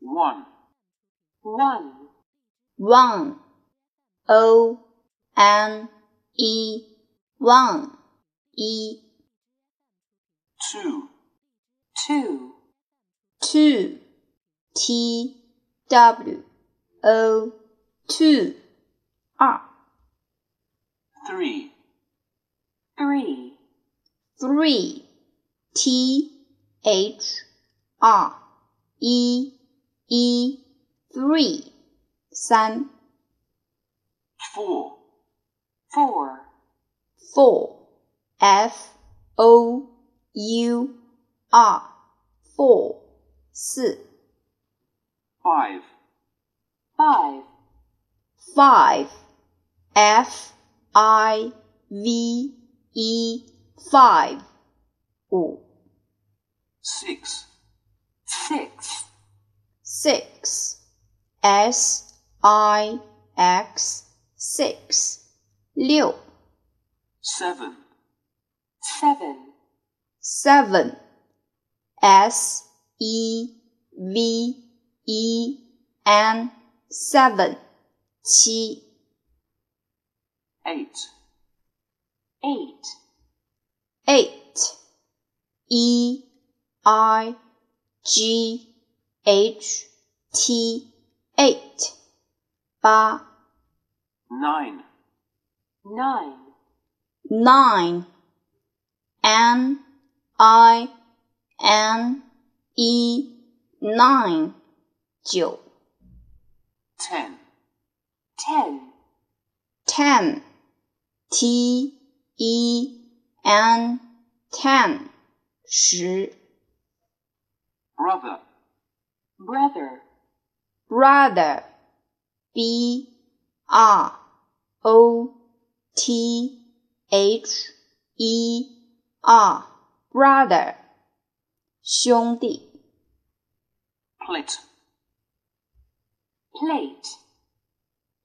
one, one, one, o n e, one, 一 two, two, two, t w o two, 二 three, three, three, t h r e e three, 三 four, four, four, f o u r four, 四 five, five, five, f i v e five, 五 six, six, six, s i x six, 六 seven, seven, seven, s e v e n seven, 七 eight, eight, eight, e i g h t eight, 八 nine, nine, nine, n i n e nine, 九 ten, ten, ten, t e n ten, 十 brother, brother, brother, b r o t h e r, brother, 兄弟 plate, plate,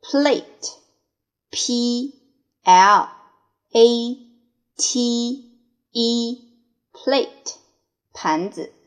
plate, p l a t e, plate, 盘子。